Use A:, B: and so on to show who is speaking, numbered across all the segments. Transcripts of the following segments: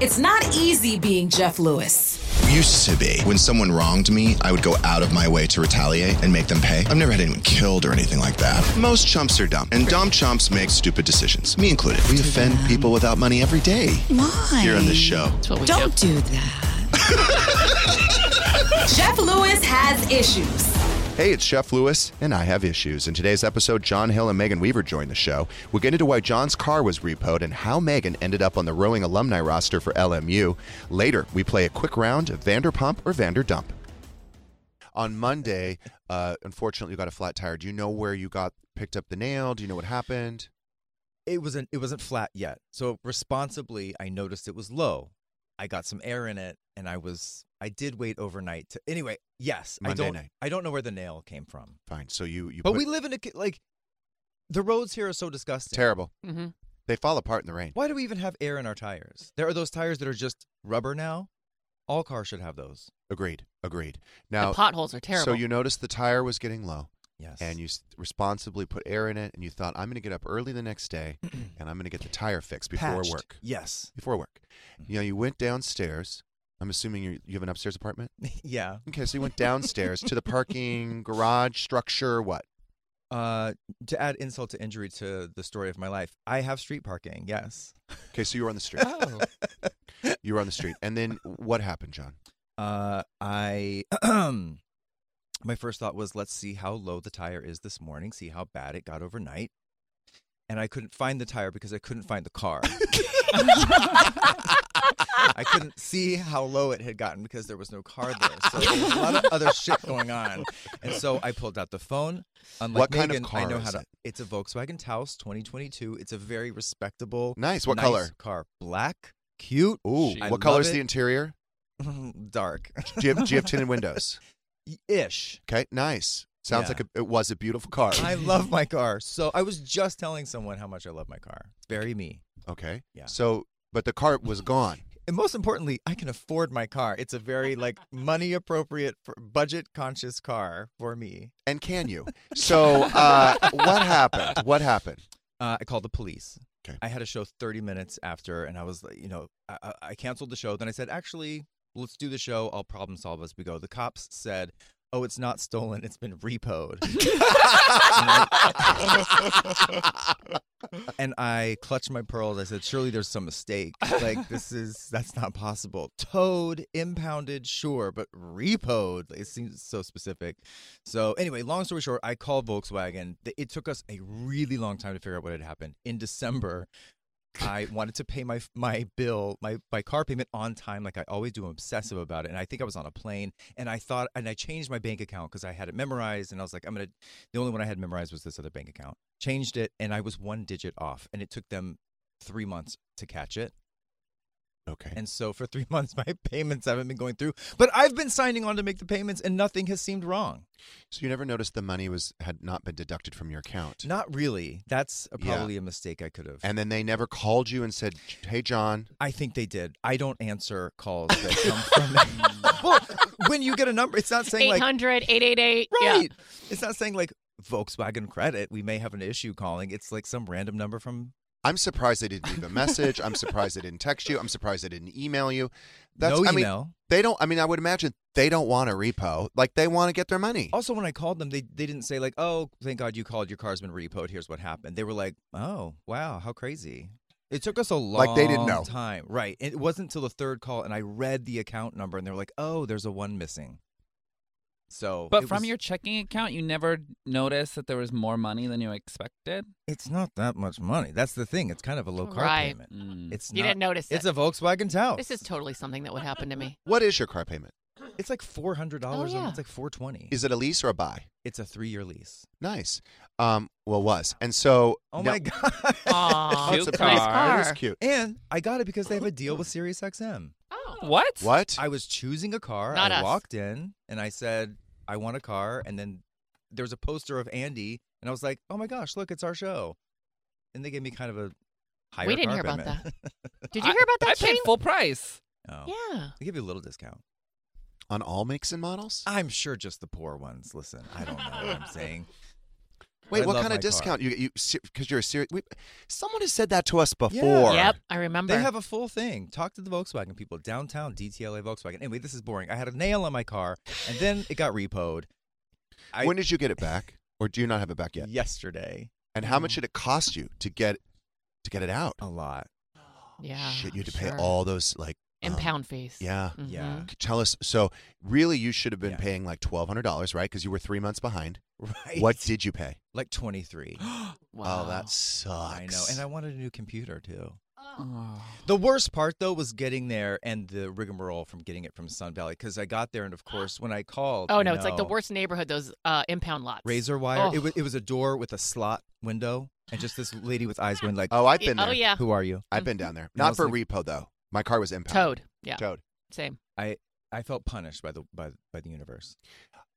A: It's not easy being Jeff Lewis.
B: Used to be. When someone wronged me, I would go out of my way to retaliate and make them pay. I've never had anyone killed or anything like that. Most chumps are dumb, and dumb chumps make stupid decisions, me included. We offend people without money every day.
A: Why?
B: Here on this show.
A: Don't do that. Jeff Lewis has issues.
B: Hey, it's Chef Lewis, and I have issues. In today's episode, John Hill and Megan Weaver join the show. We'll get into why John's car was repoed and how Megan ended up on the rowing alumni roster for LMU. Later, we play a quick round of Vanderpump or Vanderdump. On Monday, uh, unfortunately, you got a flat tire. Do you know where you got picked up the nail? Do you know what happened?
C: It wasn't it wasn't flat yet. So responsibly I noticed it was low. I got some air in it and I was I did wait overnight to anyway, yes.
B: Monday
C: I don't
B: night.
C: I don't know where the nail came from.
B: Fine. So you you.
C: But
B: put-
C: we live in a c- like the roads here are so disgusting.
B: terrible.
D: Mm-hmm.
B: They fall apart in the rain.
C: Why do we even have air in our tires? There are those tires that are just rubber now. All cars should have those.
B: Agreed. Agreed. Now,
D: the potholes are terrible.
B: so you noticed the tire was getting low.
C: Yes.
B: and you s- responsibly put air in it and you thought i'm going to get up early the next day and i'm going to get the tire fixed before
C: Patched. Mm-hmm.
B: work
C: Yes.
B: before work you know you went downstairs i'm assuming you you have an upstairs apartment
C: yeah.
B: okay so you went downstairs to the parking garage structure what
C: Uh, to add insult to injury to the story of my life, I have street parking. Yes.
B: okay so you were on the street
D: oh,
B: you were on the street and then what happened john
C: Uh, I my first thought was let's see how low the tire is this morning, see how bad it got overnight. And I couldn't find the tire because I couldn't find the car. I couldn't see how low it had gotten because there was no car there. So there was a lot of other shit going on. And so I pulled out the phone. Unlike
B: What kind of
C: Megan, I
B: car
C: know
B: is
C: how to
B: it?
C: It's a Volkswagen Taos 2022. It's a very respectable
B: nice what
C: nice
B: color
C: car. Black, cute,
B: ooh
D: She- I
B: what
C: love
B: color's
C: it.
B: the interior
C: dark.
B: do you have, do you have tinted windows
C: Ish.
B: okay nice sounds
C: Yeah.
B: like a, it was a beautiful car
C: I love my car. So I was just telling someone how much I love my car. It's very me.
B: okay
C: Yeah.
B: so but the car was gone
C: And most importantly, I can afford my car. It's a very like money appropriate for budget conscious car for me.
B: and can you? So uh, what happened? What happened?
C: Uh, I called the police.
B: Okay.
C: I had a show 30 minutes after, and I was like, you know, I, I- I canceled the show. Then I said, actually, let's do the show. I'll problem solve as we go. The cops said, oh, it's not stolen. It's been repoed. and I clutched my pearls. I said, "Surely there's some mistake. Like this is that's not possible. Towed, impounded, sure, but repoed. It seems so specific." So anyway, long story short, I called Volkswagen. Th- It took us a really long time to figure out what had happened. In December, I wanted to pay my my bill, my my car payment on time, like I always do. I'm obsessive about it, and I think I was on a plane, and I thought, and I changed my bank account because I had it memorized, and I was like, I'm gonna. The only one I had memorized was this other bank account. Changed it, and I was one digit off, and it took them three months to catch it.
B: Okay.
C: And so for three months, my payments haven't been going through, but I've been signing on to make the payments, and nothing has seemed wrong.
B: so you never noticed the money was had not been deducted from your account,
C: Not really. That's a,
B: Yeah.
C: probably a mistake I could have.
B: and then they never called you and said, "Hey, John."
C: I think they did. I don't answer calls that come from me. well, when you get a number, it's not saying like
D: 800, 888.
C: right. It's not saying like Volkswagen credit. We may have an issue calling. It's like some random number from
B: I'm surprised they didn't leave a message. I'm surprised they didn't text you. I'm surprised they didn't email you.
C: no
B: I mean,
C: email.
B: they don't. I mean, I would imagine they don't want a repo. Like they want to get their money.
C: also, when I called them, they they didn't say like, "Oh, thank God you called. Your car's been repoed. Here's what happened." They were like, "Oh, wow, how crazy." It took us a long
B: Like they didn't know.
C: time, right? It wasn't until the third call, and I read the account number, and they were like, "Oh, there's a one missing." So,
E: But
C: it
E: from
C: was-
E: your checking account, you never noticed that there was more money than you expected.
C: It's not that much money. That's the thing. It's kind of a low car
D: Right.
C: payment.
E: Mm.
C: It's
D: You
C: not,
D: didn't notice
C: It's
D: it.
C: a Volkswagen Taos.
D: This is totally something that would happen to me.
B: What is your car payment?
C: It's like four hundred dollars.
D: Oh, yeah.
C: It's like four twenty.
B: Is it a lease or a buy?
C: It's a three-year lease.
B: Nice. Um, well, was and so.
C: Oh
B: now-
C: my god!
E: Aw,
B: That's
E: cute
B: a pretty-
E: car.
B: That is cute.
C: And I got it because they have a deal with SiriusXM.
D: Oh,
E: What?
B: What?
C: I was choosing a car.
D: Not
C: I
D: us.
C: walked in and I said, "I want a car." And then there was a poster of Andy, and I was like, "Oh my gosh, look, it's our show!" And they gave me kind of a higher.
D: We didn't
C: car
D: hear about
C: payment.
D: Did you hear about
E: I
D: that?
E: paid
D: Shane?
E: full price.
C: no.
D: Yeah.
C: They give you a little discount.
B: On all makes and models?
C: I'm sure just the poor ones. Listen, I don't know what I'm saying.
B: Wait,
C: I
B: what
C: love
B: kind
C: my
B: of
C: car.
B: discount? You you because you're a serious. We, someone has said that to us before.
D: Yep, I remember.
C: They have a full thing. Talk to the Volkswagen people downtown, DTLA Volkswagen. Anyway, this is boring. I had a nail on my car, and then it got repoed. I,
B: when did you get it back, or do you not have it back yet?
C: yesterday?
B: And how much did it cost you to get to get it out?
C: A lot.
D: yeah.
B: Shit, you had to pay
D: sure.
B: all those like um,
D: impound fees.
B: Yeah.
D: Mm-hmm.
C: Yeah.
B: C- Tell us. So, really, you should have been
C: Yeah.
B: paying like twelve hundred dollars, right? Because you were three months behind.
C: Right.
B: What did you pay?
C: Like 23.
D: Wow.
B: Oh, that sucks.
C: I know. And I wanted a new computer too.
E: Oh.
C: The worst part though was getting there and the rigmarole from getting it from Sun Valley because I got there and of course when I called.
D: Oh
C: you
D: no, it's like the
C: know,
D: worst neighborhood. Those uh, impound lots.
C: razor wire. It
D: Oh.
C: was it was a door with a slot window and just this lady with eyes going like,
B: Oh, I've
D: Yeah,
B: been there.
D: Oh yeah.
C: "Who are you?"
B: I've been down there.
C: And I
B: Not
C: was
B: for
C: like-
B: repo though. My car was impounded.
D: Toad. Yeah.
B: Toad.
D: Same.
C: I felt punished by the by by the universe.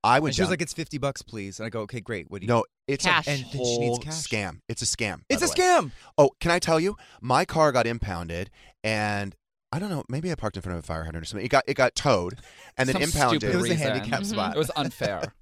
B: I
C: And
B: was.
C: she was
B: Down,
C: like, "It's fifty bucks, please." And I go, "Okay, great. What do you?"
B: no, it's
D: Cash.
B: a
D: And
C: then she needs
B: whole
C: cash.
B: scam. It's a scam. by
C: it's a
B: the way.
C: scam.
B: Oh, can I tell you? My car got impounded, and I don't know. Maybe I parked in front of a fire hydrant or something. It got it got towed, and then
E: Some
B: impounded.
E: stupid
C: It was a
E: reason.
C: handicap
D: Mhm.
C: spot.
E: It was unfair.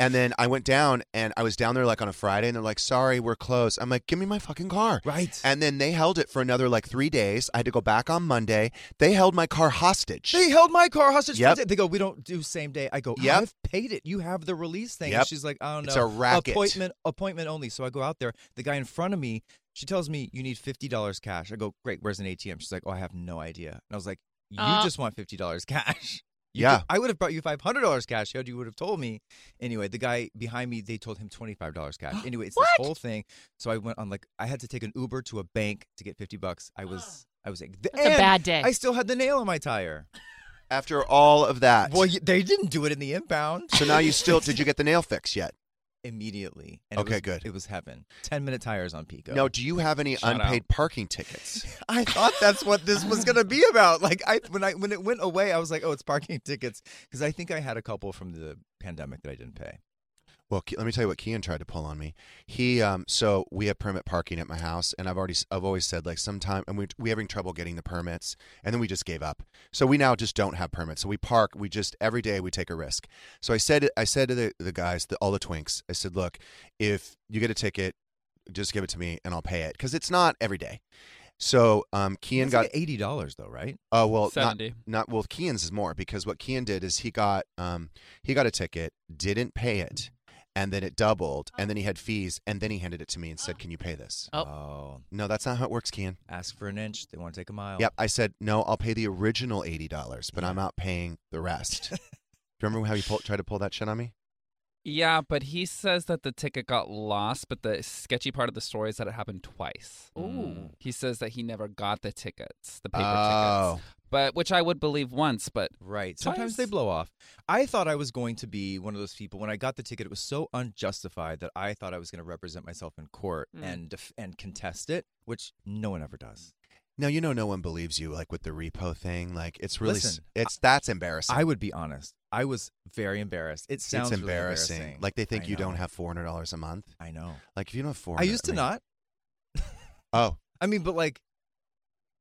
B: And then I went down, and I was down there like on a Friday, and they're like, "Sorry, we're closed." I'm like, "Give me my fucking car."
C: right.
B: And then they held it for another like three days. I had to go back on Monday. They held my car hostage.
C: They held my car hostage. for
B: Yep.
C: the- They go, we don't do same day. I go,
B: Yep.
C: I've paid it. You have the release thing.
B: Yep.
C: And she's like, I don't know.
B: It's a racket.
C: Appointment, appointment only. So I go out there. The guy in front of me, she tells me, you need $50 cash. I go, great. Where's an ATM? She's like, oh, I have no idea. And I was like, you
D: Uh.
C: just want $50 cash. You
B: Yeah.
C: could- I would have brought you $500 cash. Had you would have told me. Anyway, the guy behind me, they told him $25 cash. Anyway, it's this whole thing. So I went on like, I had to take an Uber to a bank to get 50 bucks. I was, I was like,
D: That's a bad day.
C: I still had the nail on my tire.
B: After all of that,
C: Well, y- they didn't do it in the inbound.
B: Uh, so now you still did you get the nail fixed yet?
C: Immediately. And it
B: Okay,
C: was-
B: good.
C: It was heaven. 10 minute tires on Pico.
B: No. Do you have any
E: Shout
B: unpaid
E: out.
B: parking tickets?
C: I thought that's what this was going to be about. Like I when I when it went away, I was like, "Oh, it's parking tickets" because I think I had a couple from the pandemic that I didn't pay.
B: Well, Ke- let me tell you what Kean tried to pull on me. He, um, so we have permit parking at my house, and I've already, s- I've always said like sometime, and we we having trouble getting the permits, and then we just gave up. So we now just don't have permits. So we park, we just every day we take a risk. So I said, I said to the the guys, the, all the twinks, I said, look, if you get a ticket, just give it to me and I'll pay it because it's not every day. So um, Kean
C: It's
B: got,
C: like $80 though, right?
B: oh well, not,
E: 70.
B: not well Kean's is more because what Kean did is he got um he got a ticket, didn't pay it, and then it doubled, and then he had fees, and then he handed it to me and said, "Can you pay this?"
D: Oh.
B: No, that's not how it works, Kean.
C: ask for an inch, they want to take a mile.
B: Yep, I said no. I'll pay the original eighty dollars, but I'm not paying the rest. Do you remember how he pull, tried to pull that shit on me?
E: Yeah, but he says that the ticket got lost, but the sketchy part of the story is that it happened twice.
C: Mm,
D: Ooh.
E: He says that he never got the tickets, the paper
B: oh,
E: tickets. But which I would believe once, but
C: Right. Sometimes they
E: Twice.
C: blow off. I thought I was going to be one of those people. When I got the ticket, it was so unjustified that I thought I was going to represent myself in court
D: Mm.
C: and def- and contest it, which no one ever does.
B: now you know no one believes you. Like with the repo thing, like it's really s-
C: Listen,
B: it's that's embarrassing.
C: I would be honest. I was very embarrassed. It
B: it's
C: sounds really
B: embarrassing.
C: embarrassing.
B: Like they think
C: I
B: you don't
C: know.
B: have four hundred dollars a month.
C: I know.
B: Like if you don't have four,
C: I used to not.
B: Oh,
C: I mean, but like,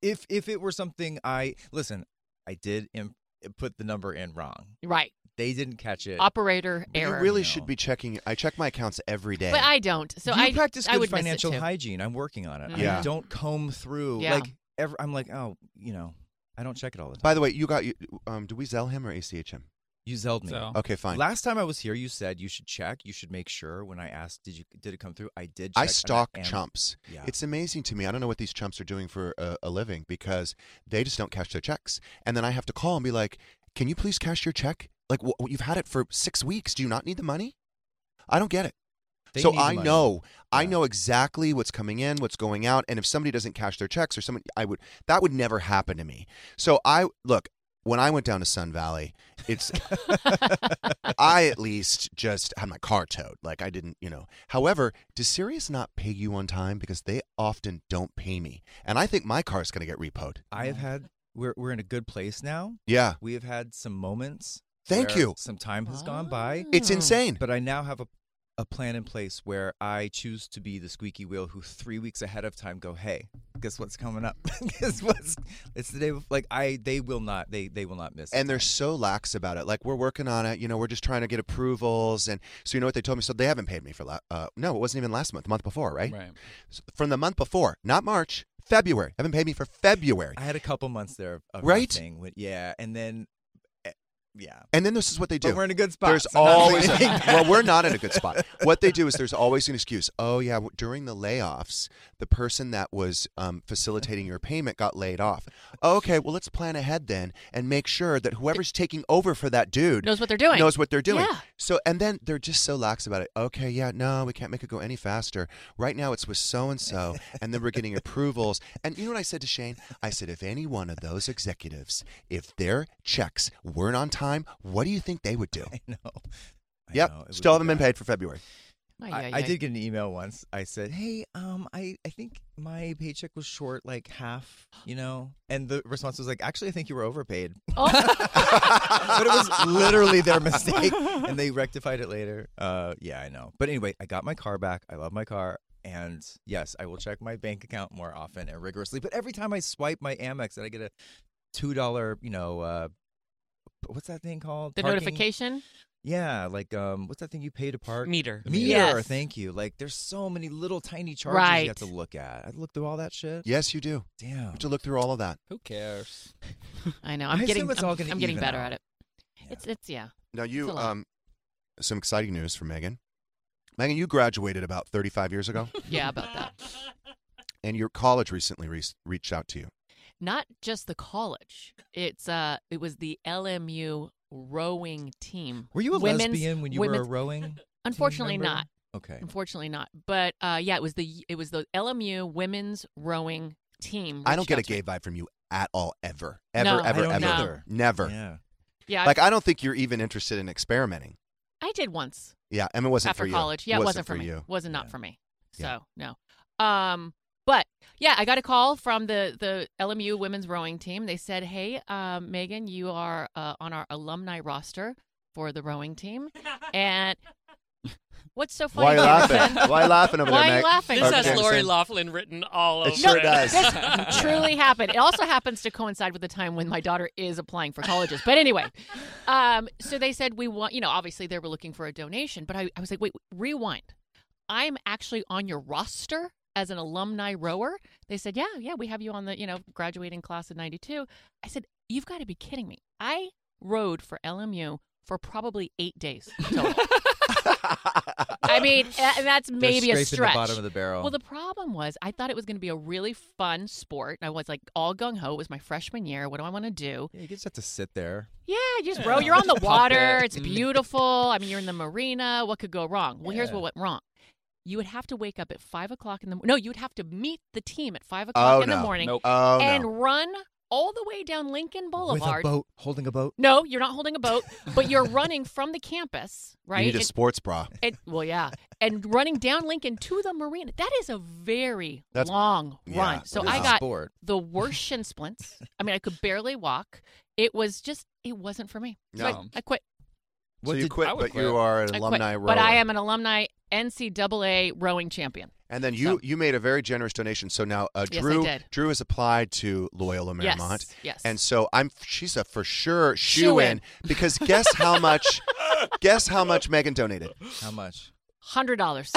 C: if if it were something I listen, I did imp- put the number in wrong.
D: Right.
C: They didn't catch it.
D: Operator
C: But you
D: error.
B: You really
C: No.
B: should be checking. I check my accounts every day.
D: But I don't. So
C: you
D: I
C: practice good
D: I would miss it,
C: financial
D: too.
C: hygiene. I'm working on it.
D: Mhm.
C: I
B: Yeah.
C: don't comb through.
D: Yeah.
C: Like ever, I'm like, oh, you know, I don't check it all the time.
B: By the way, you got. you- Um, do we Zell him or ACH him?
C: you zelled me.
E: so.
B: Okay, fine.
C: Last time I was here, you said you should check. You should make sure. When I asked, did you did it come through? I did. Check
B: I
C: and
B: stalk
C: am-
B: chumps.
C: Yeah.
B: It's amazing to me. I don't know what these chumps are doing for a, a living because they just don't cash their checks, and then I have to call and be like, "Can you please cash your check? Like, wh- you've had it for six weeks. Do you not need the money? I don't get it."
C: They
B: so
C: need the
B: I
C: money.
B: know, I
C: Yeah.
B: know exactly what's coming in, what's going out, and if somebody doesn't cash their checks or someone, I would that would never happen to me. So I look. when I went down to Sun Valley, it's I at least just had my car towed. Like I didn't, you know. However, does Sirius not pay you on time because they often don't pay me, and I think my car is going to get repoed.
C: I have had. We're we're in a good place now.
B: Yeah,
C: We have had some moments.
B: Thank
C: where
B: you.
C: Some time has gone by.
B: it's
D: Oh.
B: insane.
C: But I now have a, a plan in place where I choose to be the squeaky wheel who three weeks ahead of time go, hey, guess what's coming up? guess what's it's the day of, like I they will not they they will not miss. it.
B: and they're so lax about it. Like we're working on it, you know. We're just trying to get approvals, and so you know what they told me. So they haven't paid me for la- uh, no, it wasn't even last month, the month before, right?
E: Right.
B: S- From the month before, not March, February. Haven't paid me for February.
C: I had a couple months there of, of
B: Right?
C: nothing. When- yeah, and then eh, yeah,
B: And then this is what they do.
C: but we're in a good spot.
B: There's
C: so I'm not
B: always a,
C: saying that.
B: well, we're not in a good spot. What they do is there's always an excuse. Oh yeah, w- during the layoffs, the person that was um, facilitating your payment got laid off. Okay, well let's plan ahead then and make sure that whoever's taking over for that dude
D: Knows what they're doing.
B: Knows what they're doing.
D: Yeah.
B: So and then they're just so lax about it. Okay, yeah, no, we can't make it go any faster. Right now it's with so and so, and then we're getting approvals. And you know what I said to Shane? I said if any one of those executives, if their checks weren't on time, what do you think they would do?
C: I know. I
B: Yep.
C: know, it was
B: Still haven't been
C: bad.
B: paid for February.
D: Ay,
C: I,
D: ay,
C: I
D: ay.
C: did get an email once. I said, "Hey, um, I, I think my paycheck was short, like half, you know." And the response was like, "Actually, I think you were overpaid."
D: Oh,
C: but it was literally their mistake, and they rectified it later. Uh, yeah, I know. But anyway, I got my car back. I love my car, and yes, I will check my bank account more often and rigorously. But every time I swipe my Amex, and I get a two dollar, you know, uh, what's that thing called?
D: The
C: Parking-
D: notification
C: Yeah, like um, what's that thing you pay to park?
D: meter.
C: Meter,
D: Yes.
C: thank you. Like, there's so many little tiny charges you have
D: Right.
C: to look at. I looked through all that shit.
B: Yes, you do. You
C: Damn.
B: have to look through all of that.
E: Who cares?
D: I know.
C: I
D: I'm
C: assume
D: getting.
C: it's
D: I'm,
C: all gonna
D: I'm getting
C: even
D: better
C: out.
D: at it.
C: Yeah.
D: It's. It's. Yeah.
B: Now
D: It's
B: you
D: a lot.
B: um some exciting news for Megan. Megan, you graduated about 35 years ago,
D: Yeah. About that.
B: and your college recently re- reached out to you.
D: Not just the college. It's. Uh. It was the LMU rowing team.
C: Were you a
D: Women's-
C: lesbian when you were a
D: women's-
C: rowing? team
D: Unfortunately,
C: member?
D: not.
C: Okay.
D: Unfortunately, not. But uh, yeah, it was the it was the LMU women's rowing team.
B: I
D: reached
B: don't get
D: out
B: a
D: to me.
B: gay vibe from you at all, ever, ever,
D: No. I
B: ever,
C: don't
B: ever,
C: either.
B: never.
C: Yeah.
D: Yeah,
B: Like I don't think you're even interested in experimenting.
D: I, I did once
B: Yeah, I mean, it wasn't
D: after
B: for
D: college.
B: you.
D: Yeah, it wasn't, for, me.
B: you.
D: Wasn't not
C: Yeah.
D: for me. So
B: Yeah.
D: no. Um, but yeah, I got a call from the the LMU women's rowing team. They said, "Hey, um, Megan, you are uh, on our alumni roster for the rowing team." And what's so funny?
B: Why you
D: about that?
B: laughing? Why you laughing over
D: Why
B: there,
D: are
B: Meg?
D: you laughing?
F: This
B: Or
F: has
B: Jameson?
F: Lori Laughlin written all over
B: It sure
F: it.
B: does.
D: truly happened. It also happens to coincide with the time when my daughter is applying for colleges. But anyway, um, so they said we want, you know, obviously they were looking for a donation, but I, I was like, wait, rewind. I'm actually on your roster as an alumni rower. They said, yeah, yeah, we have you on the, you know, graduating class of 92. I said, you've got to be kidding me. I rowed for LMU for probably eight days total. I mean, a- and that's
C: They're
D: maybe a
C: scraping
D: stretch.
C: the bottom of the barrel.
D: Well, the problem was I thought it was going to be a really fun sport. I was like all gung ho. It was my freshman year. What do I want to do?
C: yeah, you just have to sit there.
D: Yeah, you just row. You're on the water.
E: it.
B: Mm.
D: It's beautiful. I mean, you're in the marina. What could go wrong? Well, here's
C: Yeah.
D: what went wrong. You would have to wake up at five o'clock in the no. You would have to meet the team at five o'clock
B: Oh,
D: in
B: no.
D: the morning
E: Nope.
B: Oh
D: and
B: no!
D: run all the way down Lincoln Boulevard.
C: With a boat, holding a boat.
D: No, you're not holding a boat, but you're running from the campus, right?
B: You need a
D: It-
B: sports bra.
D: and, well, yeah, and running down Lincoln to the marina. That is a very
B: That's-
D: long
B: yeah,
D: run. So
B: it
D: I
B: is.
D: got
C: bored.
D: the worst shin splints. I mean, I could barely walk. It was just, it wasn't for me. So I-
E: No.
D: I, quit.
B: so you
C: did-
B: quit,
E: I would
B: but
E: quit.
B: you are
D: I
B: an
D: quit.
B: alumni rower.
D: But I am an alumni NCAA rowing champion.
B: And then you you made a very generous donation. So now uh,
D: Yes, I
B: Drew
D: did.
B: Drew has applied to Loyola Marymount.
D: Yes. Yes.
B: And so I'm she's a for sure shoe in
D: Shoo-in.
B: because guess how much guess how much Megan donated.
C: How much?
D: Hundred dollars.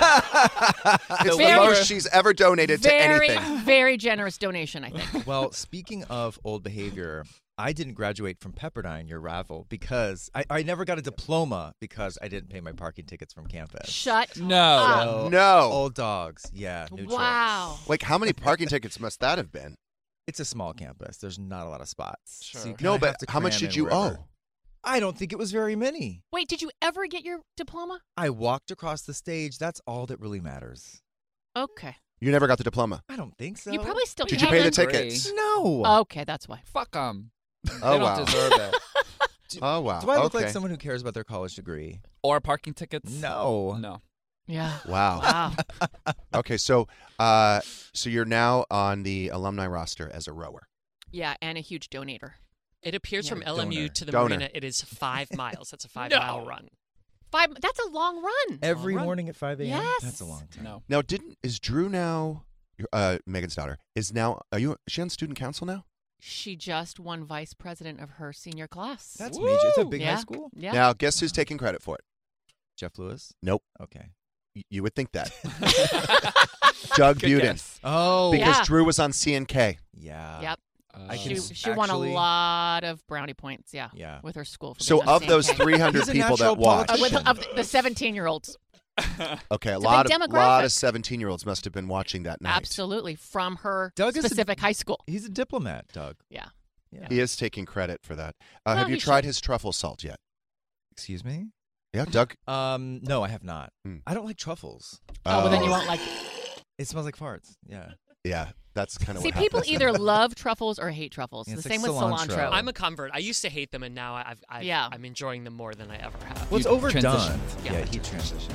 B: It's Uh, the
D: Very-
B: most she's ever donated to
D: very,
B: anything.
D: very generous donation. I think.
C: well, speaking of old behavior, I didn't graduate from Pepperdine, your rival, because I, I never got a diploma because I didn't pay my parking tickets from campus.
D: Shut.
E: No.
D: Up.
C: So,
B: No.
C: Old dogs. Yeah. New tricks.
D: Wow.
B: Like how many parking tickets must that have been?
C: It's a small campus. There's not a lot of spots.
E: Sure.
C: you kinda
B: No, but
C: have to
B: how much
C: cram
B: did
C: in
B: you
C: wherever.
B: owe?
C: I don't think it was very many.
D: Wait, did you ever get your diploma?
C: I walked across the stage. That's all that really matters.
D: Okay.
B: You never got the diploma.
C: I don't think so.
D: You probably Oh. still
B: Did you
D: hang
B: pay the
D: on-
B: tickets?
E: Three.
C: No.
D: Okay, that's why.
E: Fuck 'em.
B: Oh
E: they don't
B: wow.
E: deserve it.
B: Oh wow.
C: Do I look
B: okay.
C: like someone who cares about their college degree?
E: Or parking tickets.
C: No.
E: No.
D: Yeah.
B: Wow.
D: Wow.
B: okay, so uh, so you're now on the alumni roster as a rower.
D: Yeah, and a huge donator.
F: It appears
D: Yeah.
F: from LMU
C: Donor.
F: to the
B: Donor.
F: marina. It is five miles. That's a five mile run.
D: Five. That's a long run.
C: Every
F: Run.
C: morning at 5 a.m.?
D: Yes.
C: That's a long time.
E: No.
B: Now, didn't is Drew now? Uh, Megan's daughter is now. Are you? Is she on student council now?
D: She just won vice president of her senior class.
C: That's major. It's a big
D: yeah.
C: high school.
D: Yeah. Uh-huh.
B: Now, guess who's taking credit for it?
C: Jeff Lewis?
B: Nope.
C: Okay.
B: Y- You would think that. Doug
E: Good
B: Buden,
E: guess.
C: Oh.
B: because
D: Yeah.
B: Drew was on CNK.
C: yeah.
D: Yep.
C: I
E: Uh,
C: can
D: She,
C: s-
D: she won a
C: actually-
D: lot of brownie points. Yeah.
C: Yeah.
D: With her school. For
B: So,
D: being on
B: of those
D: Stank.
B: 300
C: He's a
B: people
C: natural
B: that watched,
D: Uh, with,
C: Shit.
D: of the 17 year olds.
B: okay, a
D: It's a
B: lot
D: big
B: of lot of
D: demographic.
B: 17 year olds must have been watching that night.
D: Absolutely. From her
C: Doug is a-
D: specific high school.
C: He's a diplomat, Doug.
D: Yeah.
C: Yeah.
B: He is taking credit for that. Uh,
D: Well,
B: have you
D: he
B: tried
D: should.
B: his truffle salt yet?
C: Excuse me?
B: Yeah, Doug.
C: Um, no, I have not.
B: Hmm.
C: I don't like truffles.
D: Oh, well, then you
B: Oh,
D: won't like.
C: It smells like farts. Yeah.
B: Yeah, that's kind of
D: See,
B: what
D: people
B: happens.
D: either love truffles or hate truffles.
C: Yeah,
D: the
C: it's
D: same
C: like
D: with
C: cilantro.
D: cilantro.
F: I'm a convert. I used to hate them, and now I've, I've
D: Yeah.
F: I'm enjoying them more than I ever have.
C: Well, it's
E: You
C: overdone.
E: transitioned.
F: Yeah.
C: yeah, he transitioned.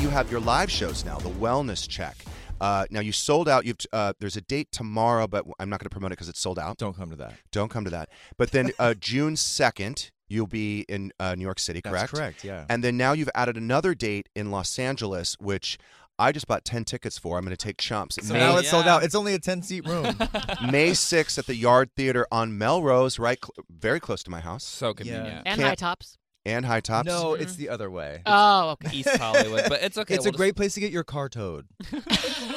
B: you have your live shows now, the Wellness Check. Uh, now you sold out. You've uh, there's a date tomorrow, but I'm not going to promote it because it's sold out.
C: Don't come to that.
B: Don't come to that. But then uh, June second, you'll be in uh, New York City,
C: That's
B: correct?
C: correct, yeah.
B: And then now you've added another date in Los Angeles, which I just bought ten tickets for. I'm going to take chumps.
C: So
B: May,
C: now it's sold
E: Yeah.
C: out. It's only a 10 seat room.
B: May sixth at the Yard Theater on Melrose, right, cl- very close to my house,
E: so convenient.
D: And
B: Can't-
D: high tops.
B: and High Tops.
C: no, it's the other way.
D: Oh, okay.
E: East Hollywood, but it's okay.
C: it's
E: we'll
C: a
E: just-
C: great place to get your car towed.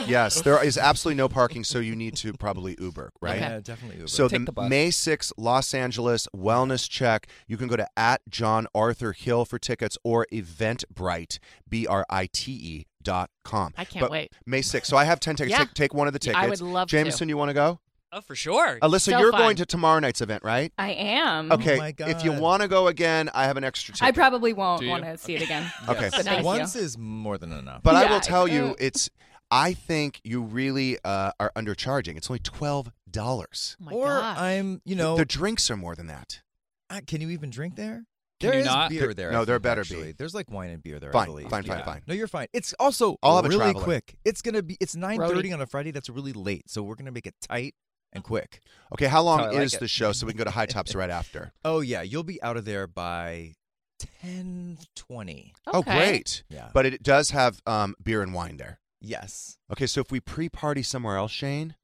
B: Yes, there is absolutely no parking, so you need to probably Uber, right?
C: Yeah, definitely. Uber.
B: So
E: Take
B: the,
E: the bus.
B: May 6th, Los Angeles Wellness Check. You can go to at John Arthur Hill for tickets or Eventbrite, B R I T E dot com.
D: I can't
B: But
D: wait.
B: May 6th. So I have 10 tickets.
D: Yeah.
B: Take, take one of the
D: Yeah,
B: tickets.
D: I would love to.
B: Jameson, you want to go?
F: Oh, for sure.
B: Alyssa,
D: So
B: you're
D: fun. Mm-hmm.
B: going to tomorrow night's event, right?
G: I am.
B: Okay.
C: Oh my
B: If you
C: God.
B: want to go again, I have an extra ticket.
G: I probably won't
E: Do you?
G: want to see it again.
B: Okay.
C: Yes.
G: Thank you.
C: Once is more than enough.
B: but I
G: Yeah,
B: will tell you,
G: uh,
B: it's. I think you really uh, are undercharging. It's only twelve dollars.
D: Oh my
C: or
D: gosh.
C: I'm, you know,
B: the drinks are more than that.
C: I- can you even drink there?
E: Can
C: There
E: you
C: is
E: not?
C: beer
B: There-
C: there.
B: no,
C: I
B: there
C: think,
B: better be.
C: actually. There's like wine and beer there. I
B: Fine,
C: believe.
B: fine, fine,
E: Yeah.
B: fine.
C: No, you're fine. It's also
B: I'll have a
C: really
B: traveler.
C: quick. It's gonna be. It's 9:30 on a Friday. That's really late. So we're gonna make it tight and quick.
B: Okay, how long
E: how I like
B: is
E: it.
B: the show so we can go to High Tops right after?
C: Oh yeah, you'll be out of there by 10:20.
B: Oh,
D: Okay.
B: great.
C: Yeah.
B: But it does have um, beer and wine there.
C: Yes.
B: Okay, so if we pre-party somewhere else, Shane,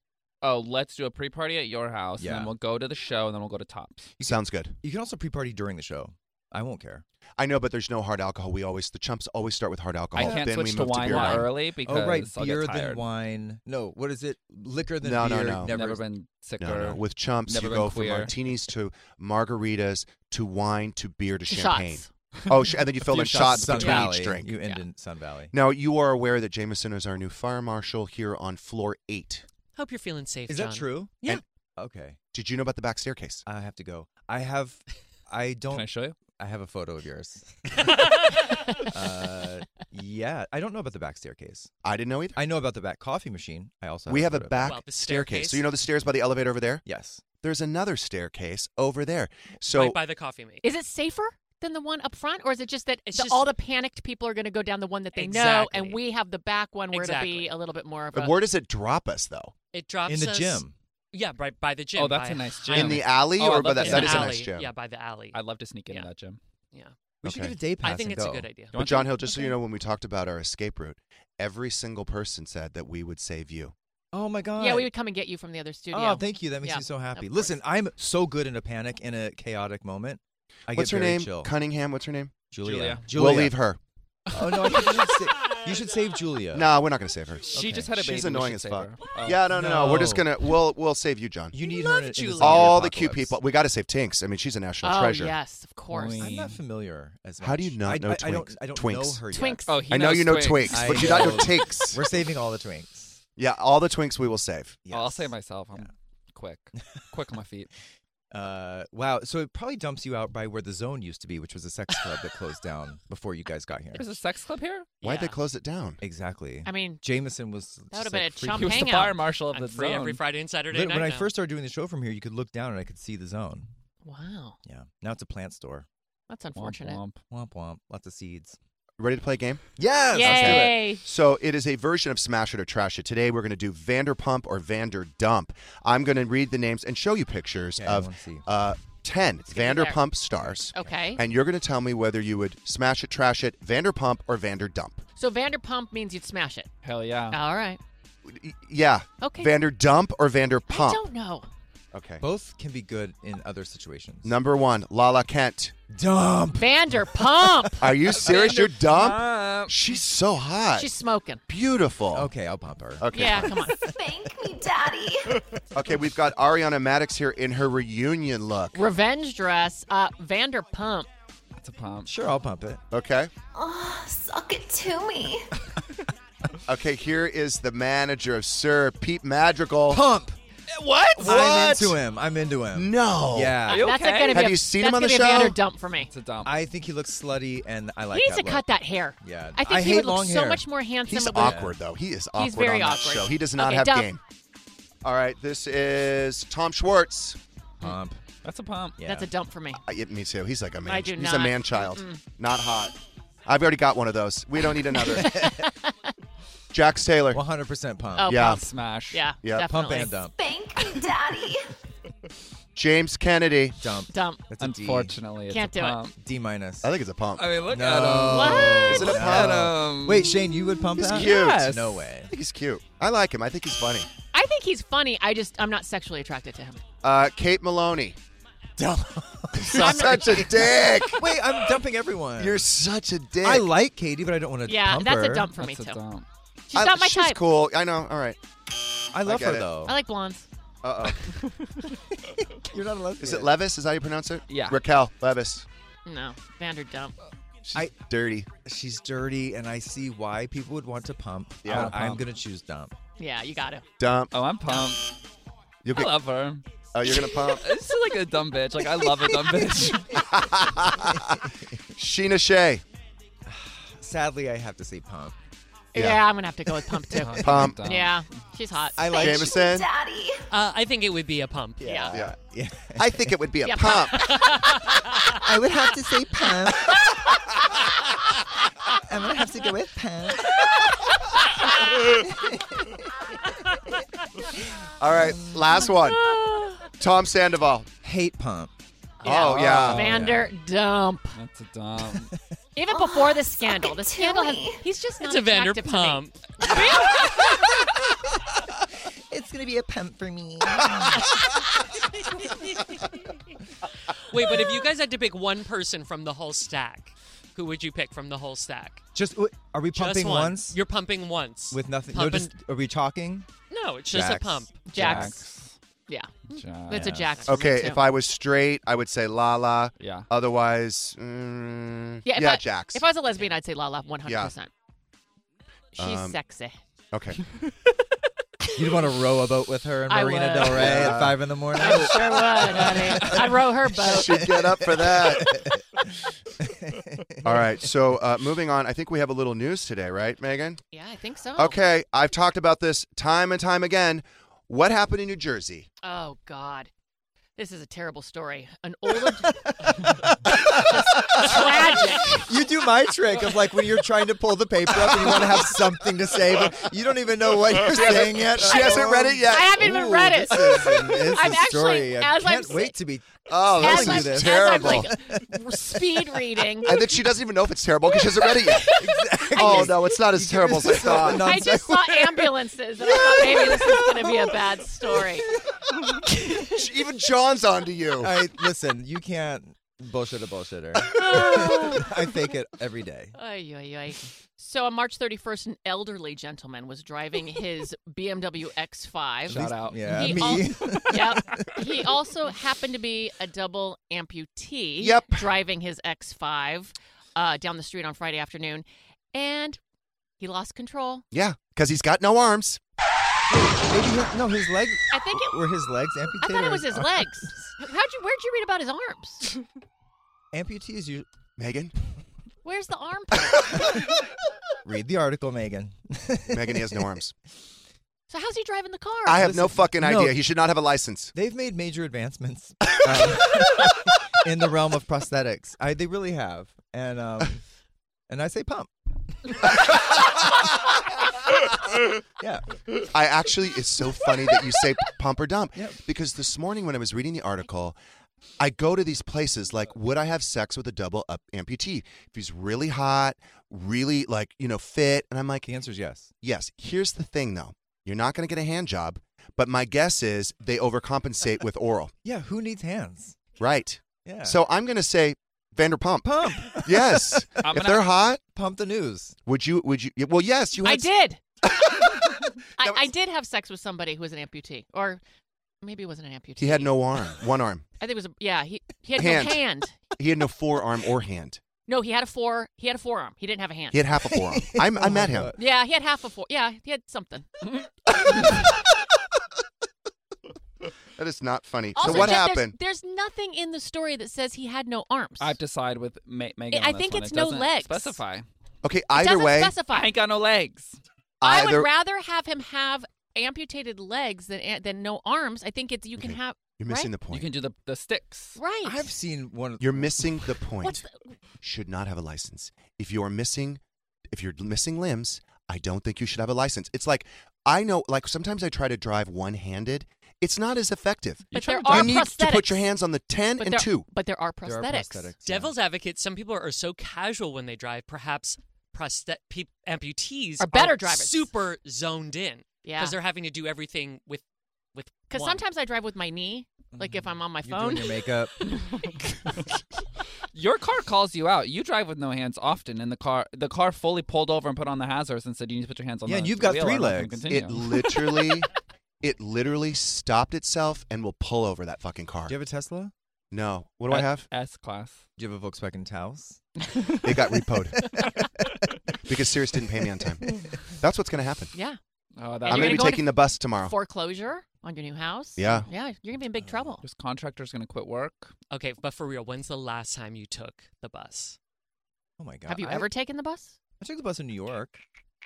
E: Oh, let's do a pre-party at your house, and
C: Yeah.
E: then we'll go to the show, and then we'll go to Tops.
B: sounds good.
C: You can also pre-party during the show. I won't care.
B: I know, but there's no hard alcohol. We always the chumps always start with hard
E: I
B: alcohol.
E: can't
B: then
E: switch
B: we
E: to
B: move
E: wine
B: beer and wine.
E: early because
C: oh right,
E: I'll
C: beer
E: get tired.
C: than wine. No, what is it? Liquor than
B: No, no,
C: beer.
B: no.
E: Never,
C: Never,
E: been sicker.
B: No, no. With chumps,
E: Never
B: you
E: been
B: go from
E: queer.
B: martinis to margaritas to wine to beer to
D: Shots.
B: champagne. Oh, sh- and then you filled
C: Few
B: in shots
C: Sun
B: between
C: Valley.
B: each drink.
C: You end in Sun Valley.
B: Now, you are aware that Jameson is our new fire marshal here on floor eight.
F: Hope you're feeling safe.
C: Is that
F: John.
C: true?
F: Yeah.
B: And-
C: Okay.
B: Did you know about the back staircase?
C: I have to go. I have. I don't.
E: Can I show you?
C: I have a photo of yours. uh, yeah, I don't know about the back staircase.
B: I didn't know either.
C: I know about the back coffee machine. I also have
B: we have a
C: photo of that.
B: back
F: Well, the
B: staircase.
F: staircase.
B: So you know the stairs by the elevator over there?
C: Yes.
B: There's another staircase over there. So
F: right by the coffee maker.
D: Is it safer than the one up front, or is it just that
F: It's
D: the-
F: just-
D: all the panicked people are going to go down the one that they know,
F: Exactly.
D: and we have the back one where to
F: Exactly.
D: be a little bit more of
B: But
D: a
B: where does it drop us though?
F: It drops
C: In the
F: us-
C: gym.
F: Yeah, right by the gym.
E: Oh, that's
F: by
E: a nice
F: high-
E: gym.
B: In the alley
E: Oh, I
B: or
E: love
B: by
E: that
B: that?
F: in
B: That
F: the
B: is a
F: alley.
B: nice gym.
F: Yeah, by the alley.
E: I'd love to sneak into
F: Yeah.
E: that gym.
F: yeah,
C: We should
B: Okay.
C: get a day pass.
F: I think
C: and
F: it's a
C: go.
F: good idea.
E: You want
B: But John
E: to?
B: Hill, just so you
E: Okay.
B: know, when we talked about our escape route, every single person said that we would save you.
C: Oh my god.
D: yeah. We would come and get you from the other studio.
C: Oh, thank you. That makes
D: Yeah,
C: me so happy.
D: of
C: Listen,
D: course.
C: I'm so good in a panic in a chaotic moment. I
B: what's
C: get
B: her
C: very
B: name?
C: chill.
B: Cunningham. What's her name?
C: Julia.
E: Julia.
B: We'll leave her.
C: Oh no, I think you should, sa- you should save Julia.
B: No, we're not going to save her.
E: She
C: Okay.
E: just had a baby.
B: She's
E: we
B: annoying
E: should
B: as
E: save
B: fuck.
E: her. Oh.
B: yeah, no, no, no, We're just
C: No.
B: gonna we'll we'll save you, John.
C: You need her.
F: love
C: in a- in a
F: Julia.
C: zombie
B: All the cute
C: apocalypse.
B: people. We got to save Tinks. I mean, she's a national
D: Oh
B: treasure.
D: yes, of course.
E: Boing.
C: I'm not familiar as much.
B: How do you not
C: I,
B: know
C: I, I don't.
B: Twinks?
C: I don't know
B: Twinks.
C: her yet.
D: Twinks.
E: Oh, he
B: I know
E: knows
B: you know
E: Twinks.
B: Twinks,
C: I
B: but you not know
C: know.
B: Tinks.
C: We're saving all the Twinks.
B: yeah, all the Twinks we will save.
E: Oh, I'll
C: Yes.
E: save myself. I'm quick, quick on my feet.
C: Uh, wow. So it probably dumps you out by where the zone used to be, which was a sex club that closed down before you guys got here.
E: There's a sex club here.
B: Why'd they
F: Yeah.
B: close it down?
C: Exactly.
D: I mean,
C: Jameson was.
D: That
C: just,
D: would've been
C: like,
D: a
C: freaking-
D: chump
E: he was the
D: hangout.
E: fire marshal of
F: I'm
E: the
F: free every
E: zone.
F: Friday and Saturday
C: Lit-
F: night.
C: when I
F: now.
C: first started doing the show from here, you could look down and I could see the zone.
D: wow,
C: Yeah. Now it's a plant store.
D: that's
E: Womp
D: unfortunate.
E: womp.
C: Womp womp. Lots of seeds.
B: Ready to play a game?
C: Yes.
D: Yay!
B: So it is a version of Smash It or Trash It. Today we're going to do Vanderpump or Vanderdump. I'm going to read the names and show you pictures
C: Okay, I
B: of
C: wanna see.
B: uh, 10
D: get there.
B: Vanderpump stars.
D: Okay.
B: And you're going to tell me whether you would smash it, trash it, Vanderpump, or Vanderdump.
D: so Vanderpump means you'd smash it.
E: Hell yeah.
D: All right.
B: Y- Yeah.
D: Okay.
B: Vanderdump or
D: I
B: Vanderpump?
D: don't know.
B: Okay.
C: Both can be good in other situations.
B: Number one, Lala Kent.
C: Dump.
D: Vanderpump.
B: Are you serious? You're dump?
E: Vanderpump.
B: She's so hot.
D: She's smoking.
B: beautiful.
C: Okay, I'll pump her.
B: Okay.
D: Yeah,
B: fine.
D: come on.
A: Thank me, Daddy.
B: Okay, we've got Ariana Maddox here in her reunion look.
D: Revenge dress. Uh, Vanderpump.
E: That's a pump.
C: Sure, I'll pump it.
B: Okay.
A: Oh, suck it to me.
B: Okay, here is the manager of Sir Pete Madrigal.
C: Pump.
D: Eh,
F: what?
C: I'm
B: What?
C: into him. I'm into him.
B: No.
C: Yeah.
E: you
D: That's
E: okay?
D: gonna be
B: Have
D: a,
B: you seen
D: that's
B: him on
D: gonna
B: the show?
D: be A Vanderdump for me.
E: It's a dump.
C: I think he looks slutty, and I like.
D: he needs
C: that
D: to cut
C: look.
D: that hair.
C: Yeah,
D: I think
C: I
D: he
C: hate
D: would look
C: long
D: so
C: hair.
D: much more handsome.
B: He's
D: with-
B: awkward though. He is awkward
D: very
B: on
D: awkward.
B: that show. He does not
D: Okay,
B: have
D: dump.
B: game. All right, this is Tom Schwartz.
C: Pump.
E: That's a pump.
C: Yeah.
D: That's a dump for me.
B: Uh, yeah, me too. He's like a man.
D: I do
B: he's a
D: not.
B: man child. Not hot. I've already got one of those. We don't need another. Jax Taylor.
C: 100% pump.
D: Oh,
B: Yeah.
D: pump.
E: Smash.
D: Yeah,
B: Yeah.
C: Pump
D: definitely.
C: and dump.
A: Thank me, Daddy.
B: James Kennedy.
C: Dump.
D: Dump.
C: That's a D.
E: Unfortunately,
D: Can't
E: it's a
D: do it.
E: pump.
C: D minus.
B: I think it's a pump.
E: I mean, look
C: no.
E: at him.
D: What?
B: Oh. Is it a
C: No.
B: pump?
E: Um,
C: Wait, Shane, you would pump
B: He's
C: that?
B: cute.
E: Yes.
C: No way.
B: I think he's cute. I like him. I think he's funny.
D: I think he's funny. I just I'm not sexually attracted to him.
B: Uh, Kate Maloney.
C: Dump.
B: such a dick.
C: Wait, I'm dumping everyone.
B: You're such a dick.
C: I like Katie, but I don't want to
D: Yeah,
C: pump
D: that's
C: her.
D: a dump for me
E: That's
D: too.
E: a dump.
D: She's
B: I-
D: not my
B: she's
D: type.
B: cool. I know. All right.
C: I love
B: get
C: her
B: it.
C: though.
D: I like blondes.
B: Uh oh.
C: You're not a lesbian.
B: Is it Levis? Is that how you pronounce it?
E: Yeah.
B: Raquel Levis.
D: No, Vanderdump.
B: She's
C: I-
B: dirty.
C: She's dirty, and I see why people would want to pump.
B: Yeah.
C: but I'm
E: Pump.
C: gonna choose dump.
D: Yeah, you got to.
B: Dump.
E: Oh, I'm pumped.
B: You'll
E: I
B: get,
E: love her.
B: oh, you're gonna pump.
E: It's like a dumb bitch. Like I love a dumb bitch.
B: Sheena Shea.
C: Sadly, I have to say pump.
D: Yeah.
B: Yeah.
D: I'm gonna have to go with pump too.
C: Um,
B: Pump.
E: Dumb.
D: yeah, she's hot.
C: I like.
B: Jameson.
A: Daddy.
F: Uh, I think it would be a pump.
D: yeah.
B: Yeah.
C: Yeah.
B: I think it would be a
D: Yeah,
B: pump.
C: I would have to say pump. I'm gonna have to go with pump.
B: All right. Last one. Tom Sandoval.
C: Hate pump.
B: Oh yeah.
D: Vanderdump.
E: That's a dump.
D: Even before the scandal, the scandal has.
A: Timmy.
D: He's just not
F: It's a
D: attractive to me.
F: Vanderpump.
C: It's gonna be a pump for me.
F: Wait, but if you guys had to pick one person from the whole stack, who would you pick from the whole stack?
C: Just w- are we pumping
F: just one.
C: once
F: You're pumping once
C: with nothing? No,
F: Pumping-
C: just are we talking?
F: no, it's just
C: Jax.
F: a pump.
D: Jax. Yeah.
E: Giant.
D: That's a Jack. for me,
B: Ah, Okay,
D: too.
B: if I was straight, I would say la la.
C: Um,
E: Yeah.
B: Otherwise, mm,
D: Yeah,
B: yeah,
D: if I-
B: Jax.
D: If I was a lesbian, I'd say Lala 100%. She's
B: Um,
D: sexy.
B: okay.
C: You'd want to row a boat with her in
D: I
C: Marina
D: would.
C: Del Rey
B: Yeah.
C: at five in the morning.
D: I sure would, honey. I'd row her boat.
B: Should get up for that. All right. So uh, moving on, I think we have a little news today, right, Megan?
D: Yeah, I think so.
B: Okay. I've talked about this time and time again. What happened in New Jersey?
D: Oh, God. This is a terrible story. An older. tragic.
C: You do my trick of like when you're trying to pull the paper up and you want to have something to say, but you don't even know what you're saying yet.
B: She hasn't read it yet.
D: I haven't even read it.
C: This is an- it's
D: I'm
C: a
D: actually-
C: story. I
D: as I'm
C: can't
D: sa-
C: wait to be.
B: Oh,
C: As
B: this
D: I'm,
B: is
C: this.
B: terrible.
D: As I'm like speed reading.
B: I think she doesn't even know if it's terrible because she hasn't read it yet. Oh no, it's not as terrible as I thought.
D: I just saw ambulances, and I thought maybe this is going to be a bad story.
B: Even John's on to you.
C: All right, listen, you can't bullshit a bullshitter. I fake it every day.
D: Oy, oy, oy. So on March 31st, an elderly gentleman was driving his BMW X5.
E: Shout out.
C: Yeah,
D: He
C: me.
D: al- yep. He also happened to be a double amputee.
B: Yep.
D: Driving his X5 uh, down the street on Friday afternoon, and he lost control.
B: Yeah, because he's got no arms.
C: Maybe his, no, his leg.
D: I think it.
C: Were his legs amputated?
D: I thought
C: or
D: it was his
C: arm-
D: legs. How'd you? Where'd you read about his arms?
C: Amputees. You
B: Megan,
D: Where's the arm? part?
C: read the article, Megan.
B: Megan, he has no arms.
D: So how's he driving the car?
B: I have no fucking
C: no.
B: idea. He should not have a license.
C: They've made major advancements um, in the realm of prosthetics. I, they really have, and um, and I say pump. yeah,
B: I actually, it's so funny that you say pump or dump
C: Yep.
B: because this morning when I was reading the article, I go to these places like, would I have sex with a double up amputee? If he's really hot, really like, you know, fit. And I'm like,
C: the answer is yes.
B: yes. Here's the thing though you're not going to get a hand job, but my guess is they overcompensate with oral.
C: Yeah, who needs hands?
B: Right.
C: Yeah,
B: So I'm going to say Vanderpump.
C: pump,
B: Yes.
E: I'm
B: if
E: gonna-
B: they're hot,
C: pump the news.
B: would you, would you, well, yes, you had
D: I
B: s-
D: did. I, I did have sex with somebody who was an amputee, or maybe it wasn't an amputee.
B: He had no arm, one arm.
D: I think it was. A, yeah, he he had
B: Hand.
D: no hand.
B: He had no forearm or hand.
D: No, he had a four. He had a forearm. He didn't have a hand.
B: He had half a forearm. I, I met him.
D: yeah, he had half a four. Yeah, he had something.
B: That is not funny.
D: Also,
B: so what
D: Jeff, there's-
B: happened?
D: There's, nothing in the story that says he had no arms.
E: I have to side with Ma- Megan.
D: I
E: on this
D: think
E: one.
D: it's
E: It
D: no
E: doesn't
D: legs.
E: Specify.
B: Okay,
D: It
B: either
D: doesn't
B: way,
D: specify.
E: I ain't got no legs.
D: I would
B: either
D: rather have him have amputated legs than than no arms. I think it's you can
B: Okay.
D: have
B: you're missing
D: right?
B: the
E: You
B: point.
E: can do the the sticks.
D: right.
C: I've seen one. of-
B: You're missing the
D: What's
B: point.
D: the,
B: Should not have a license. If you are missing, if you're missing limbs, I don't think you should have a license. It's like I know, like sometimes I try to drive one-handed. It's not as effective.
D: but
E: try
D: there
E: to
D: are
B: you need
D: prosthetics.
B: to put your hands on the ten
D: but
B: and
D: there,
B: two.
D: But there are
C: There are
D: prosthetics.
C: yeah.
F: Devil's advocate, some people are so casual when they drive, perhaps prosthet- pe- amputees
D: Are better drivers.
F: super zoned in
D: Yeah.
F: because they're having to do everything with with
D: Because
F: one.
D: sometimes I drive with my knee, like
B: Mm-hmm.
D: if I'm on my
C: You're
D: phone.
C: doing your makeup.
E: Your car calls you out. You drive with no hands often, and the car the car fully pulled over and put on the hazards and said you need to put your hands on.
C: Yeah,
E: the
C: and you've got
E: wheel
C: three
E: or I'm not
C: legs.
E: gonna continue."
B: It literally, it literally stopped itself and will pull over that fucking car.
C: Do you have a Tesla?
B: No, what do I
E: Uh,
B: have?
E: S class.
C: Do you have a Volkswagen Taos?
B: They got repoed because Sirius didn't pay me on time. That's what's going to happen.
D: yeah.
B: I'm
E: Oh, that
D: And
B: going
D: you're
B: to be
D: gonna go into
B: taking the bus tomorrow.
D: Foreclosure on your new house.
B: Yeah. Oh,
D: Yeah. You're gonna be in big trouble.
E: This contractor's gonna quit work.
F: Okay, but for real, when's the last time you took the bus?
C: Oh my god!
D: Have you
C: I-
D: ever taken the bus?
C: I took the bus in New York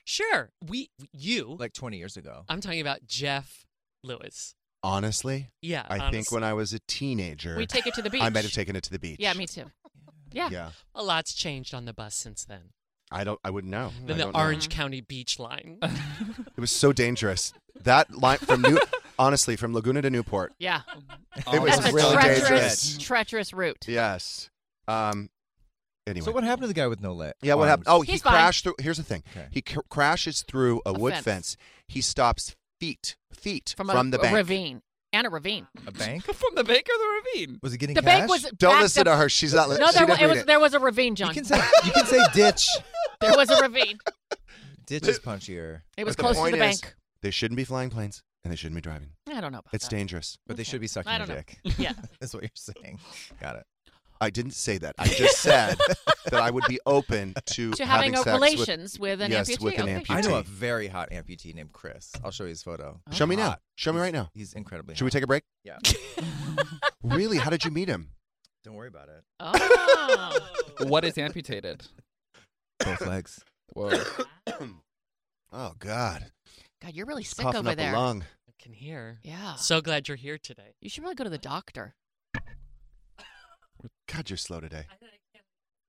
F: Sure, we you.
C: like 20 years ago.
F: I'm talking about Jeff Lewis.
B: Honestly,
F: Yeah,
B: I think when I was a teenager,
D: We take it to the beach.
B: I might have taken it to the beach.
D: Yeah, me too. Yeah.
F: a lot's changed on the bus since then.
B: I don't. I wouldn't know.
F: Then
B: I
F: the
B: don't know.
F: Orange County Beach line.
B: It was so dangerous. That line from New, honestly, from Laguna to Newport.
D: Yeah.
B: It
E: Oh,
B: was
D: That's a
B: Oh, really
D: treacherous,
B: dangerous.
D: treacherous route.
B: Yes. Um. Anyway.
C: So what happened to the guy with no leg?
B: yeah. What happened? Oh, he
D: He's fine.
B: crashed through. Here's the thing.
C: Okay.
B: He cr- crashes through a,
D: A
B: wood
D: fence.
B: fence. He stops feet feet
D: From,
B: from,
D: a,
B: the
D: a
B: bank.
D: ravine and a ravine.
B: oh,
C: a bank?
E: From the bank or the ravine.
C: Was he getting
D: The
C: cash?
D: bank was.
B: Don't
D: backed
B: listen
D: up-
B: to her. She's not. Li-
D: No,
B: she
D: there, wa-
B: didn't
D: it
B: read
D: was there was a ravine,
C: You
D: John.
C: can say you can say ditch.
D: there was a ravine.
C: Ditch is punchier.
D: It was
B: But the
D: close to
B: point
D: the
B: is-
D: bank.
B: They shouldn't be flying planes. and they shouldn't be driving.
D: I don't know about
B: It's
D: that.
B: dangerous.
C: But they should be sucking
D: I
C: your
D: don't know.
C: dick.
D: Yeah.
C: That's what you're saying. Got it.
B: I didn't say that. I just said that I would be open to,
D: To having, a
B: sex with.
D: relations with, an
B: yes,
D: amputee.
B: with an
D: okay.
B: amputee.
C: I know a
B: PT.
C: very hot amputee named Chris. I'll show you his photo.
D: Oh.
B: Show me now.
C: Hot.
B: Show me
C: He's-
B: right now.
C: He's incredibly.
B: Should we
C: hot.
B: take a break?
C: Yeah.
B: Really? How did you meet him?
C: Don't worry about it.
D: Oh.
E: What is amputated?
C: Both legs.
E: Whoa.
B: Oh God!
D: God, you're really
B: Just
D: sick
B: coughing
D: over
B: up
D: there.
B: a lung.
F: I can hear.
D: Yeah.
F: So glad you're here today.
D: You should really go to the doctor.
B: God, you're slow today.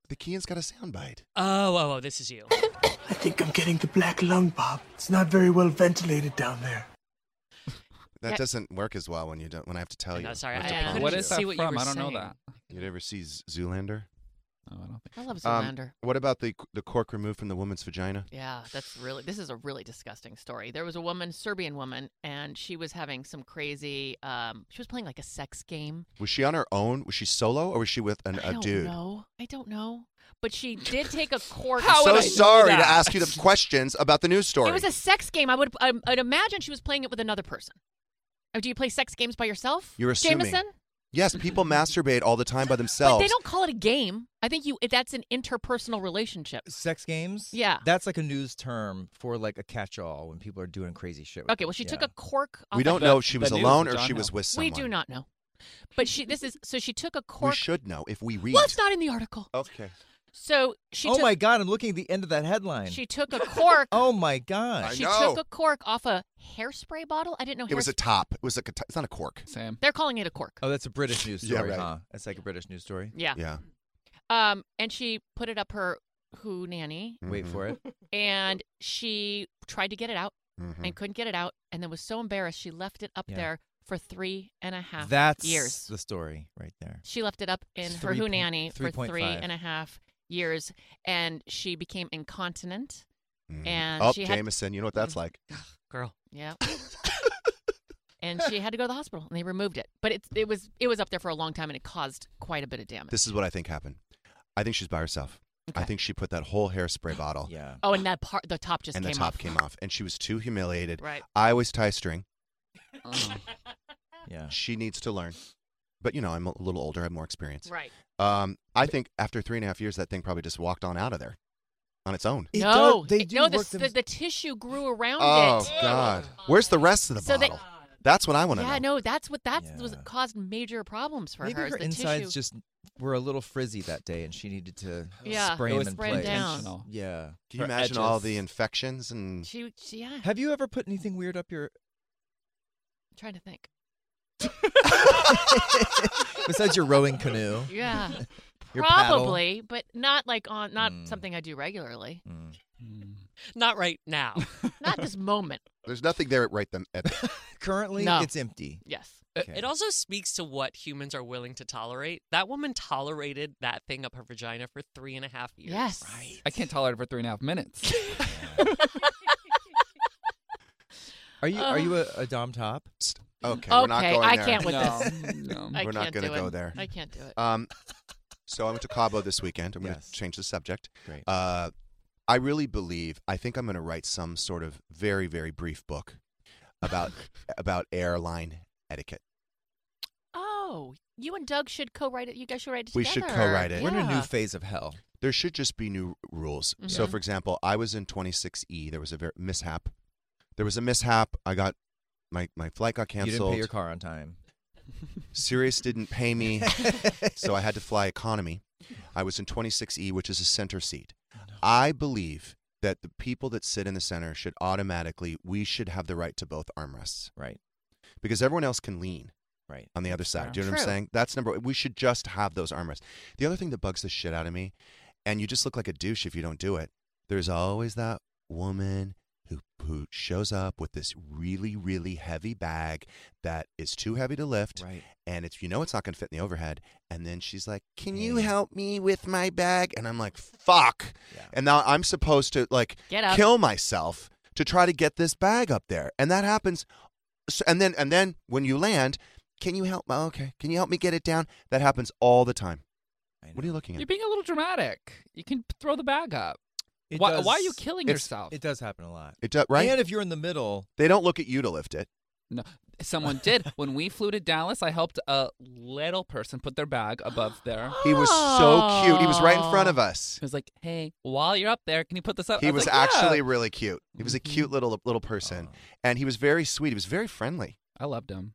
B: The Kian's got a soundbite.
F: Oh, oh, oh, this is you.
G: I think I'm getting the black lung, Bob. It's not very well ventilated down there.
B: That
D: Yeah.
B: doesn't work as well when you don't. When I have to tell you.
F: No, sorry,
B: have to
F: I- I
B: prompt
F: couldn't
E: what
B: you.
E: is
F: see
E: that
F: what you
E: from?
F: were
E: I don't know
F: saying.
E: that.
B: You'd ever see Z- Zoolander?
E: Oh, I don't think.
D: I love
B: Um,
D: Zoolander.
B: what about the the cork removed from the woman's vagina?
D: yeah, that's really. This is a really disgusting story. There was a woman, Serbian woman, and she was having some crazy. Um, she was playing like a sex game.
B: Was she on her own? Was she solo or was she with an,
D: I
B: a
D: don't
B: dude?
D: know. I don't know. But she did take a cork.
B: I'm
E: How would
B: so
E: I know
B: sorry to
E: that?
B: ask you the questions about the news story.
D: It was a sex game. I would. I, I'd imagine she was playing it with another person. Oh, do you play sex games by yourself?
B: You're assuming.
D: Jameson.
B: yes, people masturbate all the time by
D: But
B: themselves.
D: they don't call it a game. I think you. That's an interpersonal relationship.
C: Sex games.
D: Yeah.
C: That's like a news term for like a catch-all when people are doing crazy shit. with
D: Okay.
C: it.
D: Well, she took
C: Yeah.
D: a cork. Off
B: we
D: a-
B: don't
E: The-
B: know if she was
E: the news
B: alone
E: with
B: or
E: John
B: she was
E: Hill.
B: with someone.
D: We do not know. But she. This is. So she took a
B: We
D: cork.
B: should know if we read.
D: Well, it's not in the article.
B: Okay.
D: So she.
C: oh
D: took,
C: my god! I'm looking at the end of that headline.
D: She took a cork.
C: Oh my god!
B: I
D: she
B: know.
D: took a cork off a hairspray bottle. I didn't know.
B: It was a
D: hairspray-
B: top. It was a. cata- It's not a cork.
E: Sam.
D: They're calling it a cork.
C: Oh, that's a British news
B: Yeah,
C: story,
B: right.
C: huh? That's like a British news story.
D: Yeah.
B: Yeah.
D: Um. And she put it up her who nanny,
C: Wait for it.
D: and she tried to get it out
B: Mm-hmm.
D: and couldn't get it out, and then was so embarrassed she left it up
C: Yeah.
D: there for three and a half
C: That's
D: years.
C: the story right there.
D: She left it up in
C: It's
D: her
C: three
D: Who
C: point-
D: Nanny for
C: 3.5.
D: three and a half years, and she became incontinent. And
B: oh,
D: she had- Mm-hmm.
B: Jameson, you know what that's like.
F: Girl.
D: Yeah. and she had to go to the hospital, and they removed it. But it it was it was up there for a long time, and it caused quite a bit of damage.
B: This is what I think happened. I think she's by herself. I think she put that whole hairspray bottle
C: Yeah.
D: oh, and that part, the top just
B: and the
D: came
B: top
D: off.
B: came off, and she was too humiliated.
D: Right.
B: I was tie string.
E: Oh.
C: Yeah.
B: She needs to learn. But you know, I'm a little older. I have more experience.
D: Right.
B: Um, I think after three and a half years, that thing probably just walked on out of there on its own.
C: It
D: no,
C: does- they
D: it-
C: do
D: no.
C: work
D: The, the,
C: them-
D: the tissue grew around
B: Oh
D: it.
B: God! Where's the rest of the
D: So they-
B: bottle? That's what I want to
D: Yeah,
B: know.
D: no, that's what that was
C: Yeah.
D: caused major problems for
C: Maybe
D: her.
C: her
D: is the
C: insides
D: tissue.
C: just were a little frizzy that day, and she needed to
D: Yeah,
C: spray
E: It
C: them
E: was
C: in
D: spray 'em
C: place.
D: down.
E: Intentional.
C: Yeah.
B: Can you
E: Her
B: imagine all
E: edges.
B: the infections and
D: She, she, yeah. I'm
C: Have you ever put anything weird up your
D: trying to think.
C: besides your rowing canoe?
D: Yeah,
C: Your paddle?
D: probably, but not like on not
C: Mm.
D: something I do regularly.
C: Mm.
E: Hmm.
F: Not right now.
D: Not this moment.
B: there's nothing there right them at the,
C: Currently,
D: No.
C: it's empty.
D: Yes.
C: Okay.
F: Uh, It also speaks to what humans are willing to tolerate. That woman tolerated that thing up her vagina for three and a half years.
D: Yes.
E: I can't tolerate it for three and a half minutes.
C: Are you are you a, a dom top?
B: okay, we're not
D: Okay,
B: going
D: I
B: there.
D: can't with
E: no,
D: this.
E: no.
D: I
B: We're not
D: can't
B: gonna
D: do
B: go
D: it.
B: there.
D: I can't do it.
B: Um, so I went to Cabo this weekend. I'm going
C: Yes.
B: to change the subject.
C: Great.
B: Uh, I really believe. I think I'm going to write some sort of very very brief book about about airline etiquette.
D: oh, you and Doug should co-write it. You guys should write it
B: We
D: together.
B: should co-write it.
C: We're in a new
D: Yeah.
C: phase of hell.
B: There should just be new r- rules. So,
D: Mhm.
B: for example, I was in 26E. There was a ver- mishap. There was a mishap. I got my my flight got
C: You didn't
B: canceled.
C: pay your car on time.
B: Sirius didn't pay me, so I had to fly economy. I was in 26E, which is a center seat.
C: Oh,
B: I believe that the people that sit in the center should automatically, we should have the right to both armrests
C: Right.
B: because everyone else can lean
C: Right.
B: on the other side. Do you know what I'm
D: True.
B: saying? That's number We should just have those armrests. The other thing that bugs the shit out of me, and you just look like a douche if you don't do it, there's always that woman who, who shows up with this really, really heavy bag that is too heavy to lift
C: Right.
B: and it's you know it's not going to fit in the overhead and then she's like can you
C: Yeah.
B: help me with my bag and i'm like fuck
C: Yeah.
B: and now i'm supposed to like
D: Get up.
B: kill myself to try to get this bag up there and that happens so, and then and then when you land can you help oh, okay can you help me get it down that happens all the time
C: I
B: what are you
C: know.
B: looking
E: You're
B: at
E: being a little dramatic. You can p- throw the bag up. Why- why are you killing
C: it's-
E: yourself?
C: It does happen a lot.
B: it does, right
C: And if you're in the middle,
B: they don't look at you to lift it
E: No, someone did. When we flew to Dallas, I helped a little person put their bag above their.
B: He was so cute. He was right in front of us.
E: He was like, "Hey, while you're up there, can you put this up?" Oh. I
B: He was
E: like,
B: actually
E: "Yeah." Mm-hmm. Oh.
B: really cute. He was a cute little little person,
C: oh,
B: and he was very sweet. He was very friendly.
E: I loved him,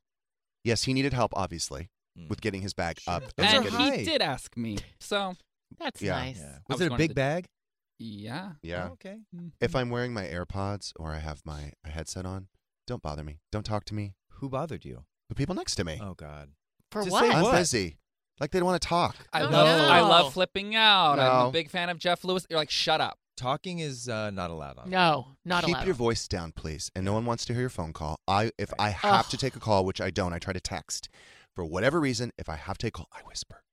B: Yes, he needed help, obviously,
C: Mm.
B: with getting his bag
C: Sure.
B: up.
C: Those
E: and
C: are
B: getting-
C: high.
E: he did ask me. So
D: Oh, That's
B: Yeah.
D: nice.
C: Yeah.
E: I
C: Was
E: was
C: it a
E: going
C: big
E: to-
C: bag?
E: yeah,
B: yeah.
C: Oh, okay.
B: If I'm wearing my AirPods or I have my headset on, don't bother me. Don't talk to me.
C: Who bothered you?
B: The people next to me.
C: Oh God.
D: For
C: Just
D: what?
C: say
B: I'm
C: what?
B: busy. Like they don't want to talk.
E: I
D: No,
E: love I
D: no.
E: love flipping out. I'm
B: No.
E: a big fan of Jeff Lewis. You're like, shut up.
C: Talking is uh, not allowed on.
D: No, not
B: Keep
D: allowed.
B: your voice down, please. And no one wants to hear your phone call. I if I have to
D: Ugh.
B: take a call, which I don't, I try to text. For whatever reason, if I have to take a call, I whisper.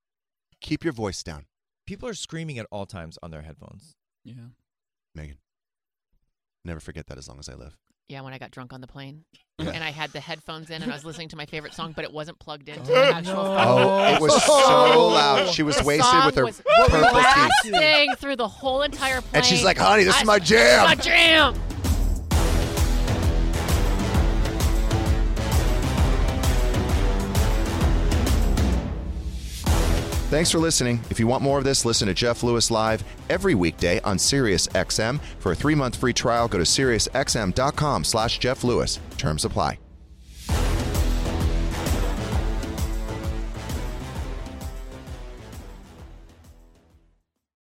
B: Keep your voice down,
C: People are screaming at all times on their headphones.
E: Yeah.
B: Megan. Never forget that as long as I live.
D: yeah, when I got drunk on the plane
B: Yeah.
D: and I had the headphones in and I was listening to my favorite song, but it wasn't plugged into
C: Oh,
D: the actual.
C: no.
B: Oh, it was so loud. She was
D: The
B: wasted
D: song
B: with her
D: was
B: purple teeth.
D: blasting through the whole entire plane.
B: And she's like, honey, this
D: I-
B: is my jam.
D: My jam.
B: Thanks for listening. If you want more of this, listen to Jeff Lewis Live every weekday on SiriusXM. For a three-month free trial, go to SiriusXM.com slash Jeff Lewis. Terms apply.